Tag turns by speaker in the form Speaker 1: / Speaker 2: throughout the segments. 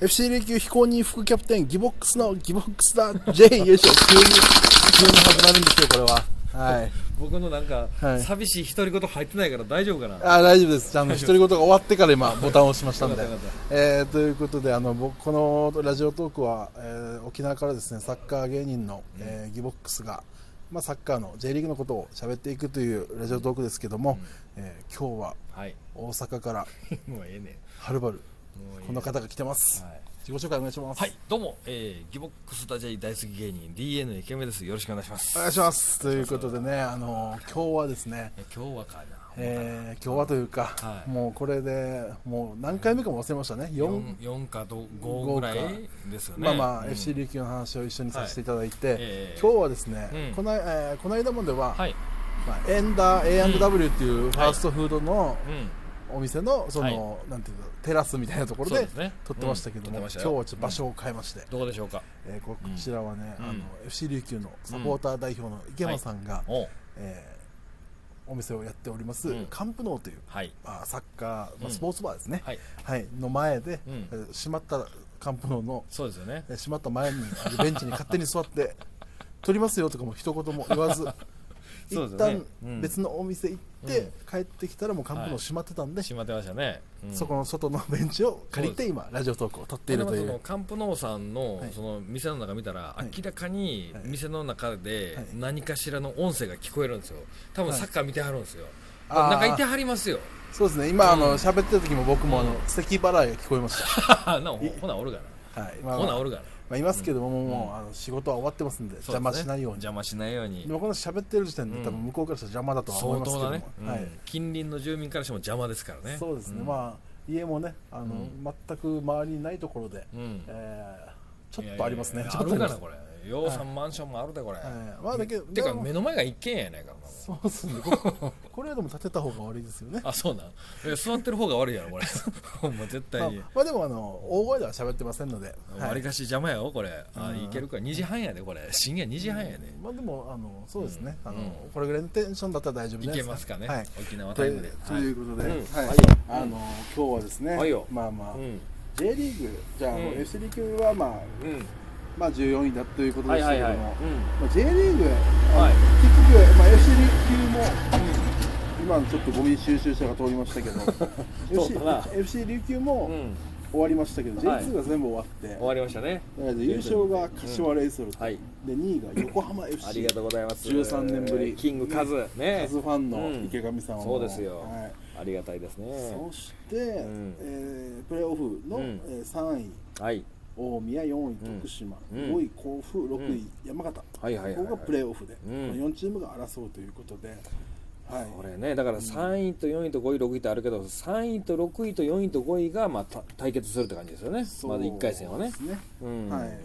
Speaker 1: FC 琉球非公認副キャプテンギボックスのギボックスだ J 優勝急に急に始まるんですよこれははい
Speaker 2: 僕のなんか、
Speaker 1: はい
Speaker 2: 寂しい独り言入ってないから大丈夫かな
Speaker 1: あ大丈夫ですあの独り言が終わってから今ボタンを押しましたんで
Speaker 2: よかったよか
Speaker 1: えーということであの僕このラジオトークは、えー沖縄からですねサッカー芸人の、えーギボックスが、まあ、サッカーの J リーグのことを喋っていくというラジオトークですけども、えー今日は
Speaker 2: はい
Speaker 1: 大阪から
Speaker 2: もうええね
Speaker 1: はるばる
Speaker 2: んもうええ
Speaker 1: この方が来てます、
Speaker 2: はい
Speaker 1: 自己紹介お願いします、
Speaker 2: はい、どうも、えー、ギボックスダジャイ大好き芸人 DNA イケメンですよろしくお願いします
Speaker 1: お願いしますということでねあの今日はですね
Speaker 2: え今日はかな
Speaker 1: えー今日はというか、
Speaker 2: はい
Speaker 1: もうこれでもう何回目かも忘れましたね、四
Speaker 2: 四四かと五ぐらいですよね
Speaker 1: まあまあ、
Speaker 2: うん
Speaker 1: FC 琉球の話を一緒にさせていただいて、
Speaker 2: ええ
Speaker 1: 今日はですね、
Speaker 2: うん
Speaker 1: このえーこの間もでは、
Speaker 2: はい
Speaker 1: まあ、エンダー A&W っていうファーストフードの
Speaker 2: うん
Speaker 1: お店のその、
Speaker 2: は
Speaker 1: なんていうのテラスみたいなところ
Speaker 2: そう
Speaker 1: で
Speaker 2: ですね
Speaker 1: 撮ってましたけども、
Speaker 2: うん
Speaker 1: 今
Speaker 2: 撮って
Speaker 1: 日
Speaker 2: ました
Speaker 1: は
Speaker 2: よ
Speaker 1: ちょっと場所を変えまして、
Speaker 2: どこでしょうか
Speaker 1: えーここちらはね、
Speaker 2: うん
Speaker 1: あの FC 琉球のサポーター代表の池間さんが、
Speaker 2: お
Speaker 1: えーお店をやっております、
Speaker 2: うん
Speaker 1: カンプノーという、
Speaker 2: はい
Speaker 1: まあ、サッカー、ま
Speaker 2: う
Speaker 1: あ、
Speaker 2: ん
Speaker 1: スポーツバーですね、
Speaker 2: はい
Speaker 1: はいの前で、
Speaker 2: うん
Speaker 1: えー閉まったカンプノーの
Speaker 2: そうですよね
Speaker 1: えー閉まった前にあるベンチに勝手に座 って撮りますよとかも一言も言わず
Speaker 2: そう
Speaker 1: 一
Speaker 2: ですね
Speaker 1: 旦別のお店行って、帰ってきたらもうカンプノー閉まってたんで、
Speaker 2: 閉まってましたね、うん
Speaker 1: そこの外のベンチを借りて今ラジオトークを撮っているとい
Speaker 2: でもその
Speaker 1: う
Speaker 2: カンプノーさんの
Speaker 1: はい
Speaker 2: その店の中見たら
Speaker 1: い
Speaker 2: 明らかに
Speaker 1: はい
Speaker 2: 店の中で
Speaker 1: はい
Speaker 2: 何かしらの音声が聞こえるんですよ多分
Speaker 1: はい
Speaker 2: サッカー見てはるんですよ、
Speaker 1: あー
Speaker 2: 中いてはりますよ
Speaker 1: そうですね今あの喋ってた時も僕もあの咳払いが聞こえまし
Speaker 2: なほほなおるが
Speaker 1: た、はいま
Speaker 2: な
Speaker 1: あ
Speaker 2: ほ
Speaker 1: ま
Speaker 2: な
Speaker 1: あ
Speaker 2: おるがな
Speaker 1: まあいますけども、もうあの仕事は終わってますんで
Speaker 2: そうですね
Speaker 1: 邪魔しないように
Speaker 2: 邪魔しないように
Speaker 1: でもこの喋ってる時点で、
Speaker 2: うん
Speaker 1: 多分向こうからしたら邪魔だとは思い
Speaker 2: 相
Speaker 1: ますけ
Speaker 2: 当
Speaker 1: ども、
Speaker 2: なね、うん
Speaker 1: はい
Speaker 2: 近隣の住民からしても邪魔ですからね
Speaker 1: そうですね、まあ家もねあの、全く周りにないところで、
Speaker 2: うん
Speaker 1: えーちょっとありますね
Speaker 2: いやい
Speaker 1: ち
Speaker 2: や
Speaker 1: ょっ
Speaker 2: あ
Speaker 1: と
Speaker 2: る
Speaker 1: りま
Speaker 2: かな
Speaker 1: す
Speaker 2: これ洋さんマンションもあるでこれ、
Speaker 1: はいまあだけど
Speaker 2: て
Speaker 1: で
Speaker 2: か
Speaker 1: も
Speaker 2: 目の前が一軒家やないかこれ
Speaker 1: そうですねこここれはでも建てた方が悪いですよね
Speaker 2: あそうなんいや座ってる方が悪いやろこれ ほんま絶
Speaker 1: ま
Speaker 2: 対
Speaker 1: あ
Speaker 2: に、
Speaker 1: まあでもあの大声では喋ってませんので、
Speaker 2: わ
Speaker 1: はい
Speaker 2: りかし邪魔やよこれあいけるか2時半やでこれ深夜2時半やで
Speaker 1: まあでもあのそうですね、あ
Speaker 2: うん
Speaker 1: のこれぐらいのテンションだったら大丈夫
Speaker 2: い
Speaker 1: です
Speaker 2: けますかね
Speaker 1: はい
Speaker 2: 沖縄タイムで
Speaker 1: とということで、
Speaker 2: は
Speaker 1: は
Speaker 2: い
Speaker 1: い
Speaker 2: うんはい
Speaker 1: あの今日はですね、
Speaker 2: はいよ
Speaker 1: まあまあ、
Speaker 2: うん
Speaker 1: J リーグじゃあ、
Speaker 2: うん
Speaker 1: FC リーグはまあ
Speaker 2: う
Speaker 1: まあ14位だということでしたけども、
Speaker 2: うん
Speaker 1: まあ、J リーグ、
Speaker 2: はい
Speaker 1: 結局、まあ、FC 琉球も、今ちょっとゴミ収集車が通りましたけど
Speaker 2: そうだな
Speaker 1: FC, FC 琉球も
Speaker 2: うん
Speaker 1: 終わりましたけど、
Speaker 2: はい
Speaker 1: J2 が全部終わって、
Speaker 2: 終わりましたね
Speaker 1: とりあえず優勝が柏レイソルズ、
Speaker 2: はい
Speaker 1: で2位が横浜 FC
Speaker 2: ありがとうございます
Speaker 1: 13年ぶり
Speaker 2: キングカズね
Speaker 1: カズファンの
Speaker 2: うん
Speaker 1: 池上さんは
Speaker 2: そうですよ
Speaker 1: はい
Speaker 2: ありがたいですね
Speaker 1: そして、
Speaker 2: ん
Speaker 1: えープレーオフの、
Speaker 2: うん
Speaker 1: えー3位
Speaker 2: はい
Speaker 1: 大宮4位
Speaker 2: ん
Speaker 1: 徳島、
Speaker 2: うん
Speaker 1: 5位甲府6位、
Speaker 2: うん
Speaker 1: 山形、
Speaker 2: はいはいはいはい
Speaker 1: ここがプレーオフで、
Speaker 2: うん
Speaker 1: この4チームが争うということで、はい、
Speaker 2: これねだから3位と4位と5位6位ってあるけど3位と6位と4位と5位がまあた対決するって感じですよね
Speaker 1: そう
Speaker 2: まず1回戦はね
Speaker 1: ですね
Speaker 2: うん
Speaker 1: はい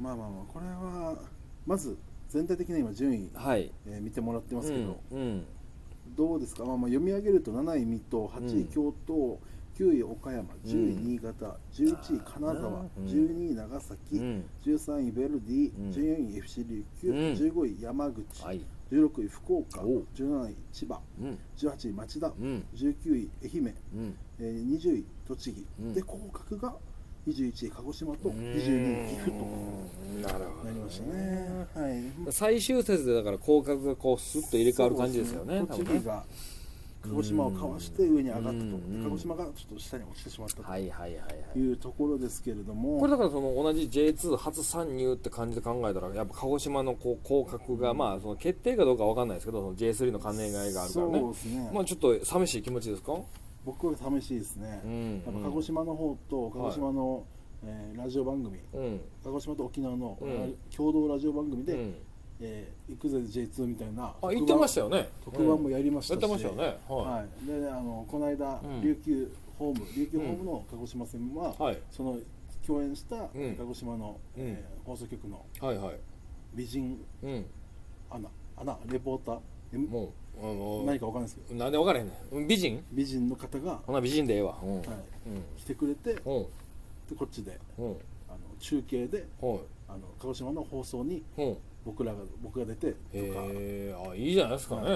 Speaker 1: まあまあまあこれはまず全体的な今順位、
Speaker 2: はい
Speaker 1: えー見てもらってま
Speaker 2: う
Speaker 1: すけ
Speaker 2: ん
Speaker 1: ど、
Speaker 2: うん
Speaker 1: どうですか、まあ、まあ読み上げると7位水戸8
Speaker 2: う
Speaker 1: 位
Speaker 2: ん
Speaker 1: 京都、9位岡山10位
Speaker 2: うん
Speaker 1: 新潟11位金沢、
Speaker 2: うん
Speaker 1: 12位長崎、
Speaker 2: うん
Speaker 1: 13位ベルディ、
Speaker 2: うん
Speaker 1: 14位 FC 琉球、
Speaker 2: うん
Speaker 1: 15位山口、
Speaker 2: はい
Speaker 1: 16位福岡
Speaker 2: おう
Speaker 1: 17位千葉
Speaker 2: うん
Speaker 1: 18位町田、
Speaker 2: うん
Speaker 1: 19位愛媛、
Speaker 2: うん
Speaker 1: えー20位栃木、
Speaker 2: うん
Speaker 1: で降格が21位鹿児島と22位岐阜と
Speaker 2: なるほど
Speaker 1: なりましたね。はい、
Speaker 2: 最終節でだから広角がこうスッと入れ替わる感じですよね
Speaker 1: そうですね栃木が鹿児島をかわして上に上がったと、で鹿児島がちょっと下に落ちてしまった
Speaker 2: 多分ねはいはいはいはい
Speaker 1: というところですけれども、
Speaker 2: これだからその同じ J2 初参入って感じで考えたらやっぱ鹿児島のこう降格がまあその決定かどうかわかんないですけどその J3 の関連がいがあるからね
Speaker 1: そうですね
Speaker 2: まあちょっと寂しい気持ちですか
Speaker 1: 僕は試しいですね、
Speaker 2: うん
Speaker 1: やっぱ鹿児島の方と鹿児島の、えーラジオ番組、
Speaker 2: うん
Speaker 1: 鹿児島と沖縄の、
Speaker 2: うん
Speaker 1: 共同ラジオ番組で、
Speaker 2: うん
Speaker 1: えー行くぜ J2 みたいな
Speaker 2: あ言ってましたよね
Speaker 1: 特番もやりましたし、
Speaker 2: やってましたよね
Speaker 1: は、
Speaker 2: はい
Speaker 1: であのこの間、
Speaker 2: うん
Speaker 1: 琉球ホーム琉球ホームの鹿児島戦は、
Speaker 2: はい
Speaker 1: その共演した鹿
Speaker 2: うん
Speaker 1: 児島の、
Speaker 2: うん
Speaker 1: えー放送局の
Speaker 2: いはいはい
Speaker 1: 美人
Speaker 2: うん
Speaker 1: アナアナレポーターえ
Speaker 2: もうあの
Speaker 1: 何かわかんないですけど
Speaker 2: なんで分からへんねんうん美人
Speaker 1: 美人の方が、は
Speaker 2: ほな美人でええわうん
Speaker 1: い
Speaker 2: うん
Speaker 1: 来てくれてで
Speaker 2: うん
Speaker 1: こっちで
Speaker 2: うん
Speaker 1: あの中継で
Speaker 2: はい
Speaker 1: あの鹿児島の放送に
Speaker 2: うん
Speaker 1: 僕らが僕が出てとか
Speaker 2: へえあいいじゃないですかね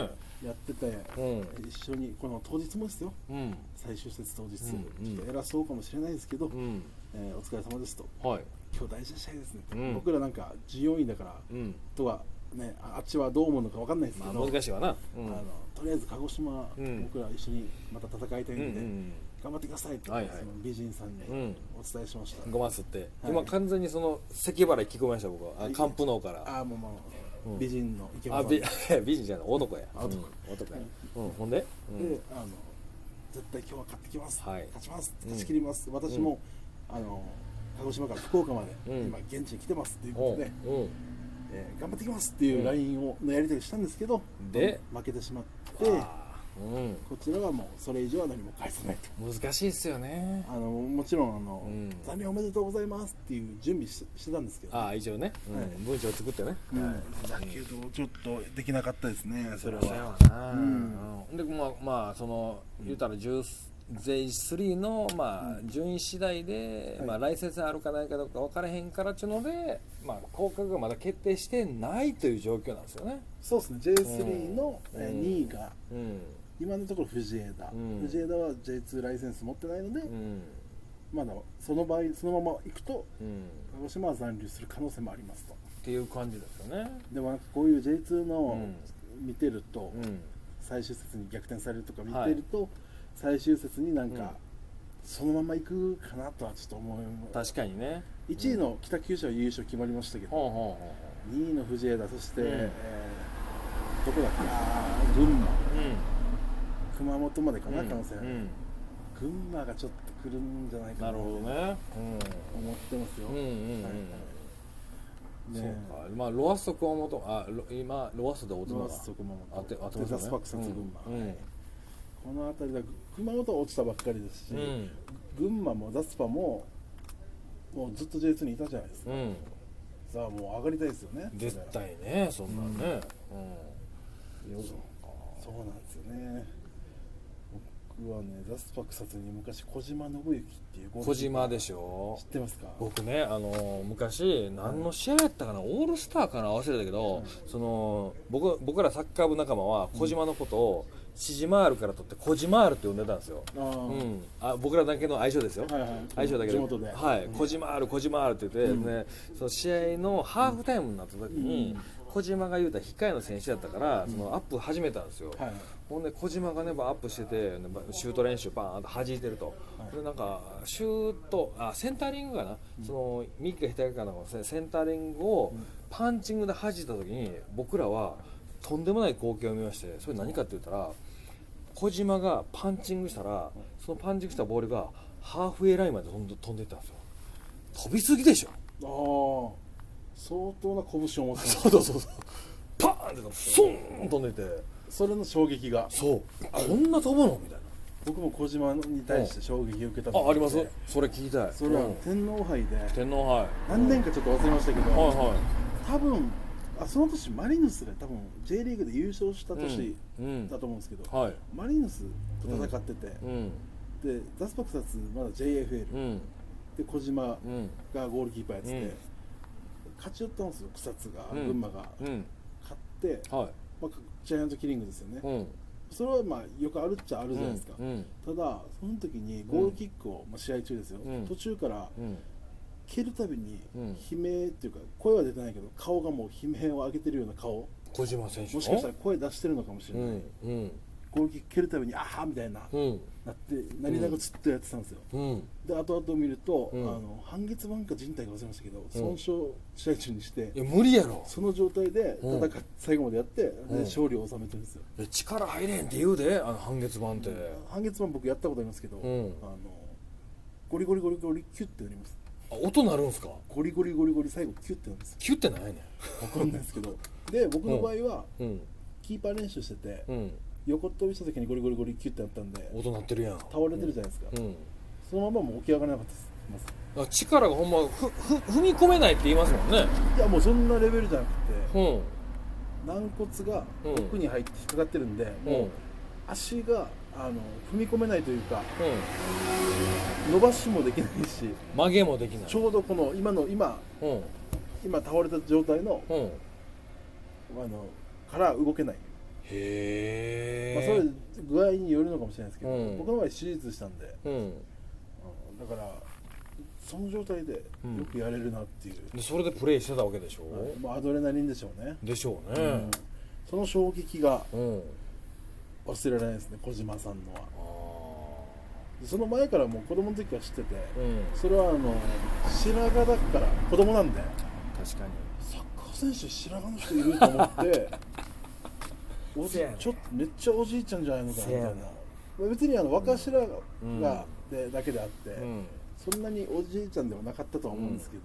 Speaker 1: やってて
Speaker 2: うん
Speaker 1: 一緒にこの当日もですよ
Speaker 2: うん
Speaker 1: 最終節当日、
Speaker 2: うんうん
Speaker 1: ちょっと偉そうかもしれないですけど、
Speaker 2: うん
Speaker 1: えーお疲れ様ですと
Speaker 2: はい
Speaker 1: 今日大事な試合ですねと、
Speaker 2: うん
Speaker 1: 僕らなんか従業員だから
Speaker 2: うん
Speaker 1: とはねああっちはどう思うのか分かんないですけ
Speaker 2: まあ
Speaker 1: ど、
Speaker 2: 難しいわなう
Speaker 1: あ
Speaker 2: ん
Speaker 1: のとりあえず鹿児島、
Speaker 2: うん
Speaker 1: 僕ら一緒にまた戦いたいん
Speaker 2: うん
Speaker 1: で、
Speaker 2: うん
Speaker 1: 頑張ってくださいと、
Speaker 2: はいはい
Speaker 1: その美人さんに
Speaker 2: うん
Speaker 1: お伝えしました、
Speaker 2: ごますって
Speaker 1: はい
Speaker 2: 今完全にその咳払い聞こえました僕はあ寒風の方から
Speaker 1: ああもうもう、
Speaker 2: うん
Speaker 1: 美人の池本
Speaker 2: あ
Speaker 1: さん
Speaker 2: び
Speaker 1: で
Speaker 2: 美人じゃない男や
Speaker 1: あ男
Speaker 2: うん男やうんほんでうん
Speaker 1: あの絶対今日は勝ってきます、
Speaker 2: はい
Speaker 1: 勝ちます
Speaker 2: うん
Speaker 1: 勝ち切ります、私も、あの鹿児島から福岡まで、
Speaker 2: うん
Speaker 1: 今現地に来てますっていう
Speaker 2: お
Speaker 1: こ
Speaker 2: う
Speaker 1: とで、
Speaker 2: うん
Speaker 1: えー頑張ってきますっていう LINE をのやり取りしたんですけど、
Speaker 2: で
Speaker 1: 負けてしまって
Speaker 2: あーうん
Speaker 1: こちらはもうそれ以上は何も返さないと
Speaker 2: 難しいっすよね
Speaker 1: あのもちろんあの、
Speaker 2: うん
Speaker 1: 残念おめでとうございますっていう準備ししてたんですけど、
Speaker 2: ああ一応ねうん
Speaker 1: はい
Speaker 2: 文章作ってね
Speaker 1: うんだけどちょっとできなかったですねそれは
Speaker 2: そうやわな、
Speaker 1: うん
Speaker 2: うんでまあまあその言うたら10全3のまあ順位次第で、
Speaker 1: はい
Speaker 2: まあライセンスあるかないかどうか分からへんからっちゅうので、まあ、降格がまだ決定してないという状況なんですよね。
Speaker 1: そうですね J3 の、
Speaker 2: うん
Speaker 1: えー2位が
Speaker 2: うん、
Speaker 1: 今のところ藤枝、
Speaker 2: うん
Speaker 1: 藤枝は J2 ライセンス持ってないので、
Speaker 2: うん、
Speaker 1: まだその場合そのまま行くと
Speaker 2: うん、
Speaker 1: 鹿児島は残留する可能性もありますと
Speaker 2: っていう感じですよね。
Speaker 1: でもなんかこういう J2 の見てると、
Speaker 2: うん、
Speaker 1: 最終節に逆転されるとか見
Speaker 2: はい
Speaker 1: てると、最終節になんか、
Speaker 2: うん
Speaker 1: そのまま行くかなとはちょっと思います
Speaker 2: 確かにね。
Speaker 1: 1位の北九州は優勝決まりましたけど、
Speaker 2: ほうほうほ
Speaker 1: 2位の藤枝そして、
Speaker 2: うん
Speaker 1: えーどこだっけあー群馬
Speaker 2: うほう。うん、
Speaker 1: 熊本までかな、
Speaker 2: うん
Speaker 1: 可能性、
Speaker 2: うん、
Speaker 1: 群馬がちょっと来るんじゃないかな
Speaker 2: な
Speaker 1: と
Speaker 2: るほ
Speaker 1: 思
Speaker 2: ど
Speaker 1: っ
Speaker 2: ね。
Speaker 1: てますよ、
Speaker 2: うん、うん、うん、うん。
Speaker 1: はいはい
Speaker 2: そう
Speaker 1: ね
Speaker 2: か、まあ、ロアッソ熊本、あ、ロ今、ロアッソで大人
Speaker 1: ロ
Speaker 2: が。
Speaker 1: アスと熊
Speaker 2: あ
Speaker 1: 本
Speaker 2: て、あて
Speaker 1: で
Speaker 2: まし
Speaker 1: ザ
Speaker 2: たね。
Speaker 1: スパクサツ群馬、
Speaker 2: うん
Speaker 1: はいこの辺りだ熊本は落ちたばっかりですし、
Speaker 2: うん
Speaker 1: 群馬もザスパももうずっと J2 にいたじゃないですか、
Speaker 2: うん、
Speaker 1: さあもう上がりたいですよね
Speaker 2: 絶対ねそんなんね、うん
Speaker 1: そうそうなんですよね僕はねザスパクサツに昔小島信之っていうゴール
Speaker 2: 小
Speaker 1: キーパ
Speaker 2: 島
Speaker 1: ー
Speaker 2: でしょ
Speaker 1: 知ってますか
Speaker 2: 僕ねあの昔何の試合やったかな、オールスターかな忘れたけど、その僕僕らサッカー部仲間は小島のことを、シジマールから取って小島ールって呼んでたんですよ、
Speaker 1: ああ、
Speaker 2: うんあ僕らだけの相性ですよ、
Speaker 1: はいはい
Speaker 2: 相性だけ
Speaker 1: 地
Speaker 2: で
Speaker 1: 元で
Speaker 2: はい、小島ある小島あるって言って、ね、その試合のハーフタイムになった時に、小島が言うたら控えの選手だったから、そのアップ始めたんですよ、
Speaker 1: はい
Speaker 2: ほんで小島がねバーアップしててばシュート練習バーンと弾いてると、でなんかシュートあセンタリングかな、その右か左かなんかのセンタリングをパンチングで弾いた時に僕らはとんでもない光景を見ましてそれ何かって言ったら小島がパンチングしたらそのパンチングしたボールがハーフウェイラインまで飛んで飛んでいったんですよ飛びすぎでしょ
Speaker 1: ああ相当な拳を持ってます
Speaker 2: そうそうそうそうパーンってスーン飛んでて
Speaker 1: それの衝撃が
Speaker 2: そうこんな飛ぶのみたいな
Speaker 1: 僕も小島に対して衝撃を受けたので
Speaker 2: あありますそれ聞きたい
Speaker 1: それは
Speaker 2: うん
Speaker 1: 天皇杯で
Speaker 2: 天皇杯
Speaker 1: 何年かちょっと忘れましたけど、
Speaker 2: はいは
Speaker 1: 多分あその年マリノスが多分 J リーグで優勝した年
Speaker 2: うんうん
Speaker 1: だと思うんですけど、
Speaker 2: いはい
Speaker 1: マリノスと戦ってて、
Speaker 2: うん
Speaker 1: でザスパクサツまだ JFL、
Speaker 2: うん
Speaker 1: で小島
Speaker 2: うん
Speaker 1: がゴールキーパーやってて、
Speaker 2: うん
Speaker 1: 勝ち寄ったんですよ草津が、
Speaker 2: うん
Speaker 1: 群馬が、
Speaker 2: うん
Speaker 1: 勝って、
Speaker 2: は
Speaker 1: まあ、ジャイアントキリングですよね、
Speaker 2: いうん
Speaker 1: それはまあよくあるっちゃある
Speaker 2: う
Speaker 1: じゃないですか、
Speaker 2: ん
Speaker 1: ただその時にゴールキックを、まあ、試合中ですよ、
Speaker 2: うん
Speaker 1: 途中から
Speaker 2: うん
Speaker 1: 蹴るたびに
Speaker 2: うん
Speaker 1: 悲鳴っていうか声は出てないけど顔がもう悲鳴を上げてるような顔
Speaker 2: 小島選手
Speaker 1: もしかしたら声出してるのかもし
Speaker 2: う
Speaker 1: れない、
Speaker 2: んうん
Speaker 1: ゴールキック蹴るたびにあーみたいな、
Speaker 2: うん
Speaker 1: なって何々ずっとやってたんですよ、
Speaker 2: うん
Speaker 1: で後々見ると、
Speaker 2: うん
Speaker 1: あの半月板か人体が忘れましたけど損傷試合中にして、
Speaker 2: いや無理やろ
Speaker 1: その状態で戦っ、
Speaker 2: うん
Speaker 1: 最後までやって、で
Speaker 2: ん
Speaker 1: 勝利を収めてるんですよ
Speaker 2: いや力入れんって言うであの半月板って
Speaker 1: 半月板僕やったことありますけど、
Speaker 2: うん
Speaker 1: あのゴリゴリゴリゴリキュッてなります
Speaker 2: あ音鳴るんすか
Speaker 1: ゴリゴリゴリゴリ最後キュッてなるんですよ
Speaker 2: キュってないねん
Speaker 1: わかんないですけどで僕の場合は、
Speaker 2: うん
Speaker 1: キーパー練習してて、
Speaker 2: うん
Speaker 1: 横っ飛びした時にゴリゴリゴリキュッてなったんで
Speaker 2: 音鳴ってるやん
Speaker 1: 倒れてるじゃないですか、
Speaker 2: うん
Speaker 1: そのままもう起き上がれなかったです
Speaker 2: あ力がほんまふふ踏み込めないって言いますもんね
Speaker 1: いやもうそんなレベルじゃなくて
Speaker 2: うん
Speaker 1: 軟骨が奥に入って引っかかってるんで、
Speaker 2: うん
Speaker 1: もう足があの踏み込めないというか
Speaker 2: うん
Speaker 1: 伸ばしもできないし
Speaker 2: 曲げもできない
Speaker 1: ちょうどこの今の今
Speaker 2: うん
Speaker 1: 今倒れた状態の
Speaker 2: うん
Speaker 1: あのから動けない、
Speaker 2: へえ、
Speaker 1: まあ、それ具合によるのかもしれないですけど、
Speaker 2: うん
Speaker 1: 僕の場合手術したんで、
Speaker 2: うん
Speaker 1: うんだからその状態でよくやれるなっていう、
Speaker 2: でそれでプレイしてたわけでしょ、
Speaker 1: はいまあ、アドレナリンでしょうね、
Speaker 2: でしょう
Speaker 1: う
Speaker 2: ね
Speaker 1: んその衝撃が
Speaker 2: うん、
Speaker 1: 忘れられないですね小島さんのは
Speaker 2: ああ
Speaker 1: その前からもう子供の時から知ってて、
Speaker 2: うん
Speaker 1: それはあの白髪だから子供なんで
Speaker 2: 確かに
Speaker 1: サッカー選手白髪の人いると思っておじ
Speaker 2: せやねん
Speaker 1: ちょっとめっちゃおじいちゃんじゃないのかなみたいな
Speaker 2: せや
Speaker 1: 別にあの若白髪
Speaker 2: うん
Speaker 1: がでだけであって、
Speaker 2: うん
Speaker 1: そんなにおじいちゃんではなかったとは思うんですけど、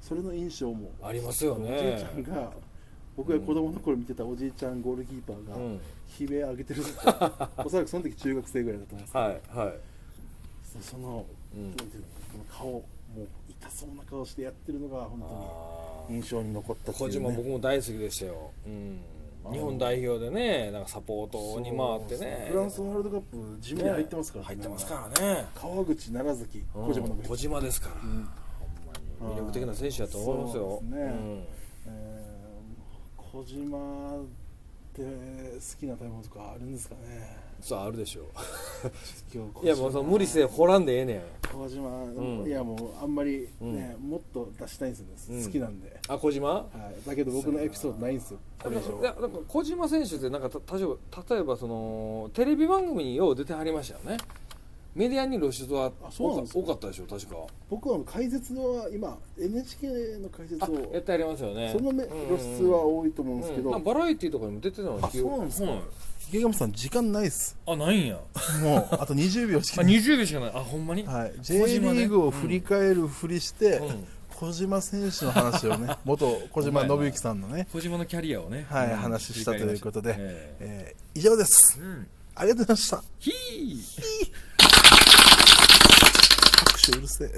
Speaker 1: それの印象も
Speaker 2: ありますよ
Speaker 1: おじいち
Speaker 2: ね
Speaker 1: ゃんが僕が子供の頃見てたおじいちゃんゴールキーパーが
Speaker 2: うん
Speaker 1: 悲鳴上げてるんですよ おそらくその時中学生ぐらいだと思うんです
Speaker 2: はいはい
Speaker 1: けどその,、
Speaker 2: うん
Speaker 1: なんていうのこの顔もう痛そうな顔してやってるのが本
Speaker 2: あ
Speaker 1: 当に印象に残ったってい
Speaker 2: 小
Speaker 1: う、ね、
Speaker 2: 島僕も大好きでしたよ、うん、日本代表でねなんかサポートに回ってね
Speaker 1: そうフランスワールドカップ地味に入ってますから、
Speaker 2: 入ってますからね
Speaker 1: 川口奈良崎小島の
Speaker 2: うん小島ですから、ほんまに魅力的な選手だと思いますよ
Speaker 1: そうですねえー小島って好きな食べ物とかあるんですかね
Speaker 2: うん、そうあるでしょ
Speaker 1: 今日小島
Speaker 2: ういやもうその無理せえ掘らんでええねん
Speaker 1: 小島、
Speaker 2: ん
Speaker 1: いやもうあんまりね、もっと出したいんですよね、
Speaker 2: うん
Speaker 1: 好きなんで、
Speaker 2: あ小島
Speaker 1: はい、だけど僕のエピソードないんですよこ
Speaker 2: い
Speaker 1: れ以
Speaker 2: や
Speaker 1: 上
Speaker 2: なんか小島選手ってなんかた例えば例えばそのテレビ番組によう出てはりましたよねメディアに露出は
Speaker 1: あそう
Speaker 2: 多
Speaker 1: なん
Speaker 2: か
Speaker 1: ですか
Speaker 2: 多かったでしょ確か
Speaker 1: 僕は解説は今 NHK の解説
Speaker 2: あ
Speaker 1: を
Speaker 2: やってありますよね
Speaker 1: そのめ
Speaker 2: うん
Speaker 1: 露出は多いと思うんですけど、
Speaker 2: うん、バラエティーとかにも出てたの
Speaker 1: あそうなんですか、池上さん時間ないっす
Speaker 2: あないんや
Speaker 1: もうあと20秒し
Speaker 2: あ
Speaker 1: かない
Speaker 2: 20秒しかないあほんまに、
Speaker 1: はい、
Speaker 2: 小
Speaker 1: J リ
Speaker 2: 島ね
Speaker 1: ーグを振り返るふりして、
Speaker 2: うん
Speaker 1: 小島選手の話を ね元小島信之さんのね、
Speaker 2: 小島のキャリアをね
Speaker 1: はい
Speaker 2: うん
Speaker 1: 話したということで、
Speaker 2: 振り返りましたえ
Speaker 1: えー以上です
Speaker 2: えうん
Speaker 1: ありがとうございました
Speaker 2: ひー
Speaker 1: 拍手うるせえ